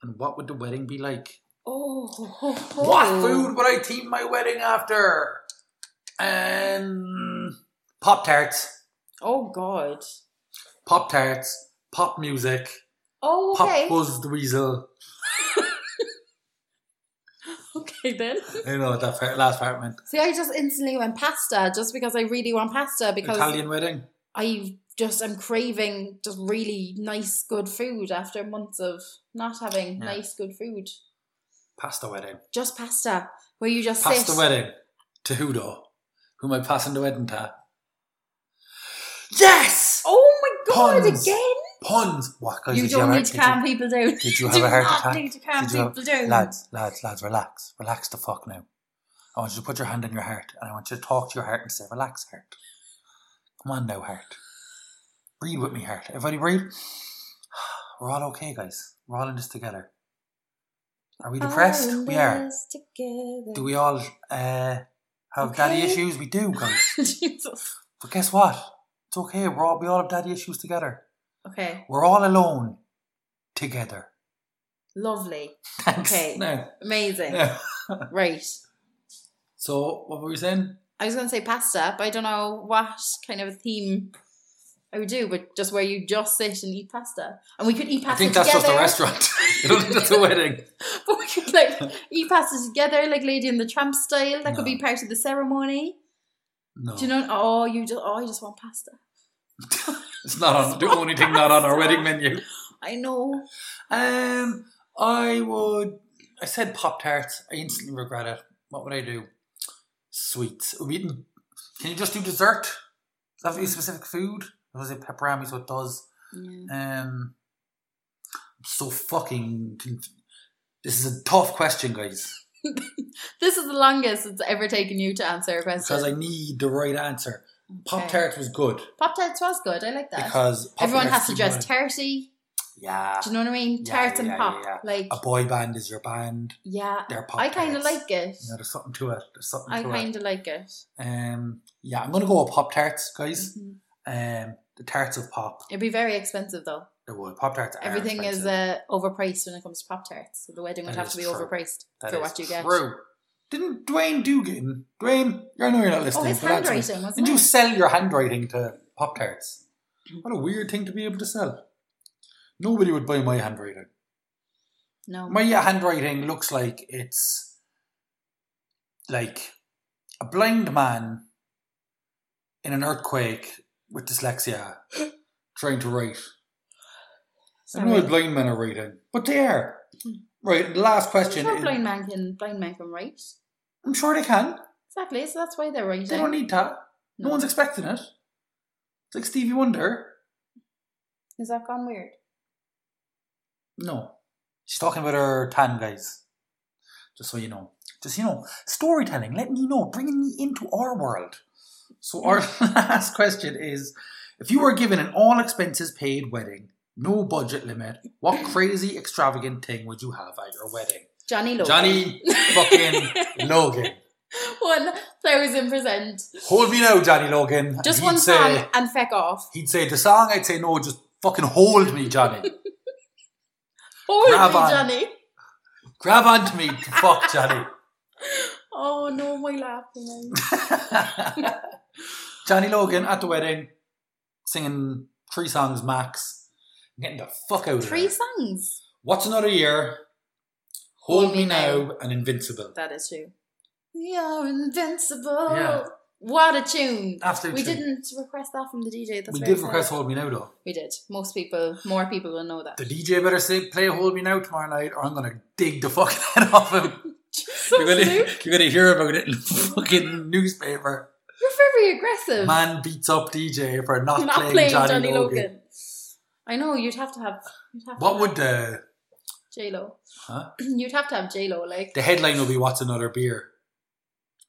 Speaker 3: And what would the wedding be like?
Speaker 4: Oh, ho, ho, ho.
Speaker 3: What food would I theme my wedding after? Um, Pop Tarts.
Speaker 4: Oh God.
Speaker 3: Pop Tarts. Pop music.
Speaker 4: Oh,
Speaker 3: Pop
Speaker 4: okay.
Speaker 3: Buzz the Weasel.
Speaker 4: Okay then.
Speaker 3: I don't know what that part- last part meant.
Speaker 4: See, I just instantly went pasta just because I really want pasta because
Speaker 3: Italian wedding.
Speaker 4: I just am craving just really nice, good food after months of not having
Speaker 3: Yeah.
Speaker 4: nice, good food.
Speaker 3: Pasta wedding.
Speaker 4: Just pasta, where you just
Speaker 3: Pass
Speaker 4: sit.
Speaker 3: the wedding to who though? Who am I passing the wedding to? Yes!
Speaker 4: Oh my God!
Speaker 3: Puns.
Speaker 4: Again,
Speaker 3: Puns! What guys?
Speaker 4: you
Speaker 3: did
Speaker 4: don't
Speaker 3: have a-
Speaker 4: need to
Speaker 3: did
Speaker 4: calm people down.
Speaker 3: did you
Speaker 4: You
Speaker 3: have a
Speaker 4: do
Speaker 3: heart
Speaker 4: not
Speaker 3: attack?
Speaker 4: need to calm
Speaker 3: Did you have-
Speaker 4: people down.
Speaker 3: Lads, lads, lads, relax. Relax the fuck now. I want you to put your hand on your heart and I want you to talk to your heart and say, relax, heart. Come on now, heart. Breathe with me, heart. Everybody breathe. We're all okay, guys. We're all in this together. Are we depressed?
Speaker 4: All in
Speaker 3: we are.
Speaker 4: this Together.
Speaker 3: Do we all uh, have daddy
Speaker 4: Okay.
Speaker 3: issues? We do, guys.
Speaker 4: Jesus.
Speaker 3: But guess what? It's okay. We're all we all have daddy issues together.
Speaker 4: Okay,
Speaker 3: We're all alone together.
Speaker 4: lovely,
Speaker 3: Thanks.
Speaker 4: Okay.
Speaker 3: No.
Speaker 4: amazing,
Speaker 3: No.
Speaker 4: right?
Speaker 3: So what were we saying?
Speaker 4: I was going to say pasta, but I don't know what kind of a theme I would do, but just where you just sit and eat pasta, and we could eat pasta
Speaker 3: I think that's
Speaker 4: together.
Speaker 3: just a restaurant. I don't think that's a wedding.
Speaker 4: But we could like eat pasta together, like Lady in the Tramp style. That could be
Speaker 3: No.
Speaker 4: part of the ceremony.
Speaker 3: No.
Speaker 4: Do you know? Oh, you just oh, I just want pasta.
Speaker 3: it's not on the only thing not on our wedding menu.
Speaker 4: I know.
Speaker 3: Um I would I said Pop Tarts. I instantly regret it. What would I do? Sweets. We can you just do dessert? Does that have to be specific food? Or is it pepperami so it does?
Speaker 4: Yeah.
Speaker 3: Um, I'm so fucking. Conf- this is a tough question, guys,
Speaker 4: This is the longest it's ever taken you to answer a question.
Speaker 3: because I need the right answer. Pop
Speaker 4: Okay.
Speaker 3: tarts was good
Speaker 4: Pop tarts was good. I like that.
Speaker 3: because Pop
Speaker 4: Everyone
Speaker 3: Tarts
Speaker 4: has to
Speaker 3: you
Speaker 4: dress
Speaker 3: wanna-
Speaker 4: tarty.
Speaker 3: yeah,
Speaker 4: Do you know what I mean?
Speaker 3: Yeah,
Speaker 4: tarts
Speaker 3: yeah,
Speaker 4: and pop.
Speaker 3: yeah,
Speaker 4: Like
Speaker 3: a boy band is your band.
Speaker 4: yeah,
Speaker 3: They're pop.
Speaker 4: I kind of
Speaker 3: Tarts.
Speaker 4: like it.
Speaker 3: You know, there's something to it. There's something
Speaker 4: I
Speaker 3: to
Speaker 4: kind of like it.
Speaker 3: it. Um, yeah, I'm gonna go with pop tarts, guys.
Speaker 4: Mhm.
Speaker 3: Um, the tarts of pop.
Speaker 4: It'd be very expensive though.
Speaker 3: The wood pop tarts. are
Speaker 4: Everything is
Speaker 3: expensive.
Speaker 4: uh, overpriced when it comes to pop tarts. So the wedding would
Speaker 3: That
Speaker 4: have
Speaker 3: is
Speaker 4: to be
Speaker 3: true.
Speaker 4: overpriced
Speaker 3: That
Speaker 4: for
Speaker 3: is
Speaker 4: what you get.
Speaker 3: True. Didn't Dwayne Dugan? Dwayne, I know you're not listening.
Speaker 4: Oh, his
Speaker 3: but that's-
Speaker 4: handwriting wasn't
Speaker 3: Did you
Speaker 4: it?
Speaker 3: sell your handwriting to Pop Tarts? What a weird thing to be able to sell. Nobody would buy my handwriting.
Speaker 4: No.
Speaker 3: My handwriting looks like it's like a blind man in an earthquake with dyslexia trying to write. I know
Speaker 4: Sorry.
Speaker 3: what blind men are writing, but they are. Right, the last question.
Speaker 4: Sure,
Speaker 3: is-
Speaker 4: blind man can blind man can write.
Speaker 3: I'm sure they can.
Speaker 4: Exactly. So that's why they're writing.
Speaker 3: They don't need that. No
Speaker 4: No.
Speaker 3: one's expecting it. It's like Stevie Wonder.
Speaker 4: Is that gone weird?
Speaker 3: No. She's talking about her tan guys. Just so you know. Just so you know. Storytelling, letting you know, bringing me into our world. So our last question is if you were given an all expenses paid wedding, no budget limit, what crazy extravagant thing would you have at your wedding?
Speaker 4: Johnny Logan.
Speaker 3: Johnny fucking Logan.
Speaker 4: One thousand percent.
Speaker 3: Hold me now, Johnny Logan. And
Speaker 4: Just
Speaker 3: he'd
Speaker 4: one
Speaker 3: say,
Speaker 4: song and feck off.
Speaker 3: He'd say the song, I'd say no, just fucking hold me, Johnny.
Speaker 4: Oh,
Speaker 3: Grab on.
Speaker 4: Johnny.
Speaker 3: Grab onto me, fuck Johnny.
Speaker 4: Oh no, my laughing.
Speaker 3: Johnny Logan at the wedding, singing three songs max, getting the fuck out of
Speaker 4: Three
Speaker 3: there.
Speaker 4: songs.
Speaker 3: What's another year? Hold, me now, and invincible.
Speaker 4: That is true. We are invincible.
Speaker 3: Yeah.
Speaker 4: What a tune.
Speaker 3: Absolutely.
Speaker 4: we didn't request that from the DJ. That's
Speaker 3: we
Speaker 4: very
Speaker 3: did
Speaker 4: sad.
Speaker 3: request Hold Me Now though.
Speaker 4: We did. Most people, more people will know that.
Speaker 3: The DJ better say play Hold Me Now tomorrow night, or I'm gonna dig the fucking head off him.
Speaker 4: so
Speaker 3: you're, gonna,
Speaker 4: rude.
Speaker 3: you're gonna hear about it in the fucking newspaper.
Speaker 4: You're very aggressive.
Speaker 3: Man beats up DJ for not,
Speaker 4: You're not
Speaker 3: playing,
Speaker 4: playing,
Speaker 3: Johnny, Logan.
Speaker 4: Logan. I know you'd have to have. You'd have
Speaker 3: What
Speaker 4: to
Speaker 3: would the
Speaker 4: J Lo?
Speaker 3: Huh?
Speaker 4: You'd have to have J Lo. Like
Speaker 3: the headline would be? What's another beer?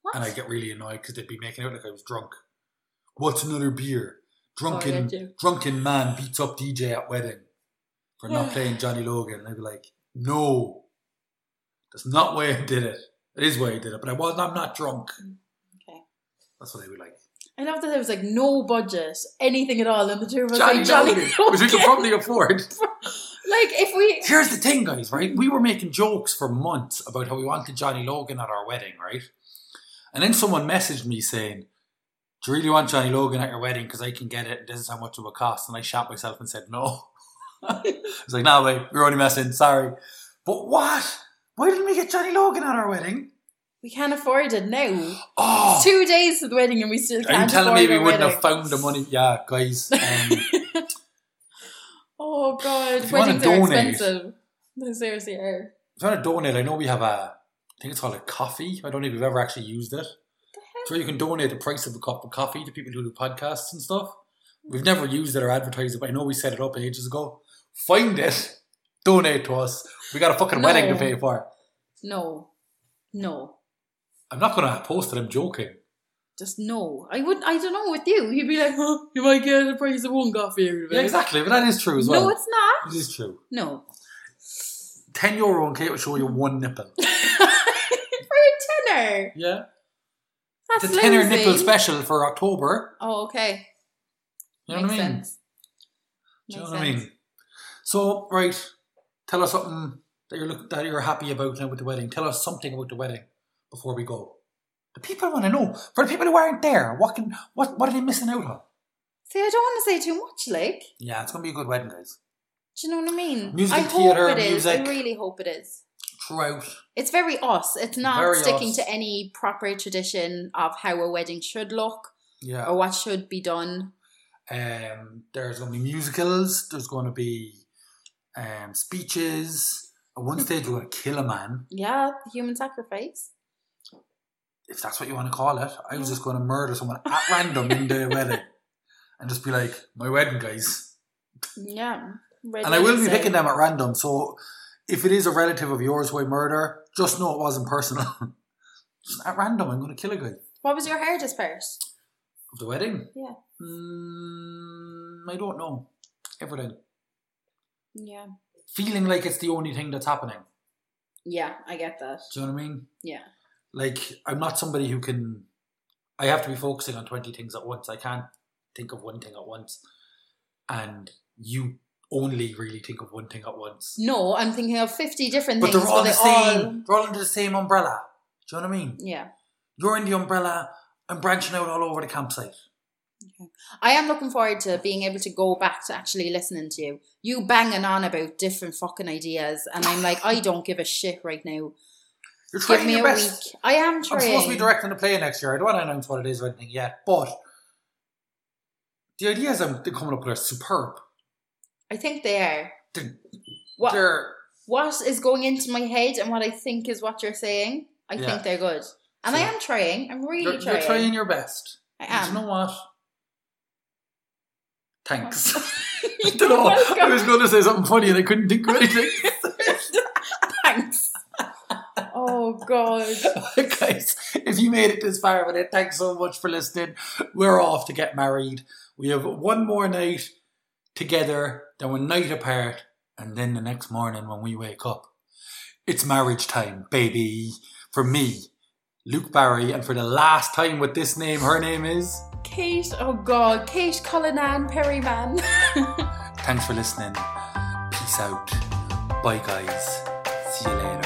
Speaker 4: what?
Speaker 3: and I get really annoyed because they'd be making out like I was drunk. What's another beer? drunken
Speaker 4: Sorry, I do.
Speaker 3: drunken man beats up DJ at wedding for not playing Johnny Logan. And they'd be like, no, that's not why I did it. It is why I did it, but I was I'm not drunk.
Speaker 4: Mm, Okay.
Speaker 3: That's what they would like.
Speaker 4: I love that there was like no budget, anything at all, and the two of us
Speaker 3: Johnny,
Speaker 4: like Johnny
Speaker 3: Logan, which we could
Speaker 4: Logan.
Speaker 3: probably afford.
Speaker 4: Like if we
Speaker 3: Here's the thing, guys, right? We were making jokes for months about how we wanted Johnny Logan at our wedding, right? And then someone messaged me saying, Do you really want Johnny Logan at your wedding? Because I can get it. This is how much it will cost. And I shot myself and said, No. I was like, No, wait, we're only messing. Sorry. But what? Why didn't we get Johnny Logan at our wedding?
Speaker 4: we can't afford it now.
Speaker 3: Oh,
Speaker 4: Two days to the wedding and we still
Speaker 3: are you
Speaker 4: can't
Speaker 3: telling me
Speaker 4: afford
Speaker 3: we
Speaker 4: our
Speaker 3: wouldn't
Speaker 4: wedding.
Speaker 3: have found the money? Yeah, guys. Um,
Speaker 4: Oh god,
Speaker 3: If you wanna
Speaker 4: weddings are
Speaker 3: donate-
Speaker 4: expensive. They seriously er, are.
Speaker 3: If you want to donate, I know we have a, I think it's called a coffee. I don't think we've ever actually used it. It's where you can donate the price of a cup of coffee to people who do podcasts and stuff. We've never used it or advertised it, but I know we set it up ages ago. Find it, donate to us. We got a fucking
Speaker 4: No.
Speaker 3: wedding to pay for.
Speaker 4: No. No.
Speaker 3: I'm not gonna post it. I'm joking.
Speaker 4: Just no. I wouldn't I don't know with you. You'd be like, huh, you might get the price of one coffee every
Speaker 3: Yeah, exactly. But that is true as well.
Speaker 4: No, it's not.
Speaker 3: it is true.
Speaker 4: No.
Speaker 3: Ten euro on Kate will show you one nipple.
Speaker 4: for a tenner.
Speaker 3: Yeah,
Speaker 4: That's
Speaker 3: it's a tenner
Speaker 4: lousy.
Speaker 3: nipple special for October.
Speaker 4: Oh, okay.
Speaker 3: You know
Speaker 4: Makes
Speaker 3: what I mean? Do
Speaker 4: sense.
Speaker 3: you know
Speaker 4: Makes
Speaker 3: what I mean?
Speaker 4: sense.
Speaker 3: So, right, tell us something that you're look, that you're happy about now with the wedding. Tell us something about the wedding before we go. The people want to know. For the people who aren't there, what can what what are they missing out on?
Speaker 4: See, I don't want to say too much, like.
Speaker 3: Yeah, it's gonna be a good wedding, guys.
Speaker 4: Do you know what I mean?
Speaker 3: Music
Speaker 4: I
Speaker 3: and theatre,
Speaker 4: hope it is.
Speaker 3: music.
Speaker 4: I really hope it is.
Speaker 3: Throughout,
Speaker 4: It's very us. It's not
Speaker 3: Very
Speaker 4: sticking
Speaker 3: us.
Speaker 4: to any proper tradition of how a wedding should look
Speaker 3: yeah.
Speaker 4: or what should be done.
Speaker 3: Um, there's gonna be musicals. There's gonna be um speeches. At one stage, we're gonna kill a man,
Speaker 4: Yeah, human sacrifice.
Speaker 3: if that's what you want to call it. I was just gonna murder someone at random in the wedding, and just be like, "My wedding, guys."
Speaker 4: Yeah. Red
Speaker 3: And I will be
Speaker 4: Wednesday.
Speaker 3: picking them at random. So if it is a relative of yours who I murder, just know it wasn't personal. just at random, I'm going to kill a guy.
Speaker 4: What was your hardest part?
Speaker 3: Of the wedding?
Speaker 4: Yeah.
Speaker 3: Mm, I don't know. Everything.
Speaker 4: Yeah.
Speaker 3: Feeling like it's the only thing that's happening.
Speaker 4: Yeah, I get that.
Speaker 3: Do you know what I mean?
Speaker 4: Yeah.
Speaker 3: Like, I'm not somebody who can. I have to be focusing on 20 things at once. I can't think of one thing at once. And you only really think of one thing at once.
Speaker 4: No, I'm thinking of 50 different
Speaker 3: But
Speaker 4: things.
Speaker 3: they're all
Speaker 4: they
Speaker 3: the same. They're all under the same umbrella. Do you know what I mean?
Speaker 4: Yeah.
Speaker 3: You're in the umbrella. I'm branching out all over the campsite.
Speaker 4: I am looking forward to being able to go back to actually listening to you. You banging on about different fucking ideas, and I'm like, I don't give a shit right now.
Speaker 3: You're
Speaker 4: Give
Speaker 3: trying
Speaker 4: me
Speaker 3: your
Speaker 4: a
Speaker 3: best.
Speaker 4: week. I am
Speaker 3: I'm
Speaker 4: trying.
Speaker 3: supposed to be directing a play next year. I don't want to announce what it is or anything yet, but the ideas I'm coming up with are superb.
Speaker 4: I think they are.
Speaker 3: They're,
Speaker 4: What
Speaker 3: they're-
Speaker 4: what is going into my head and what I think is what you're saying, I
Speaker 3: Yeah.
Speaker 4: think they're good. And I
Speaker 3: So-
Speaker 4: am trying. I'm really
Speaker 3: you're,
Speaker 4: trying.
Speaker 3: you're trying your best.
Speaker 4: I
Speaker 3: And
Speaker 4: am.
Speaker 3: You know what? Thanks. I
Speaker 4: You're
Speaker 3: don't know. I
Speaker 4: welcome.
Speaker 3: was going to say something funny and I couldn't think of anything.
Speaker 4: Thanks. oh god.
Speaker 3: Guys, if you made it this far with it, thanks so much for listening. We're off to get married. We have one more night together, then one night apart, and then the next morning when we wake up. It's marriage time, baby. For me, Luke Barry, and for the last time with this name, her name is.
Speaker 4: Kate, oh god, Kate Cullinan Perryman.
Speaker 3: Thanks for listening. Peace out. Bye, guys. See you later.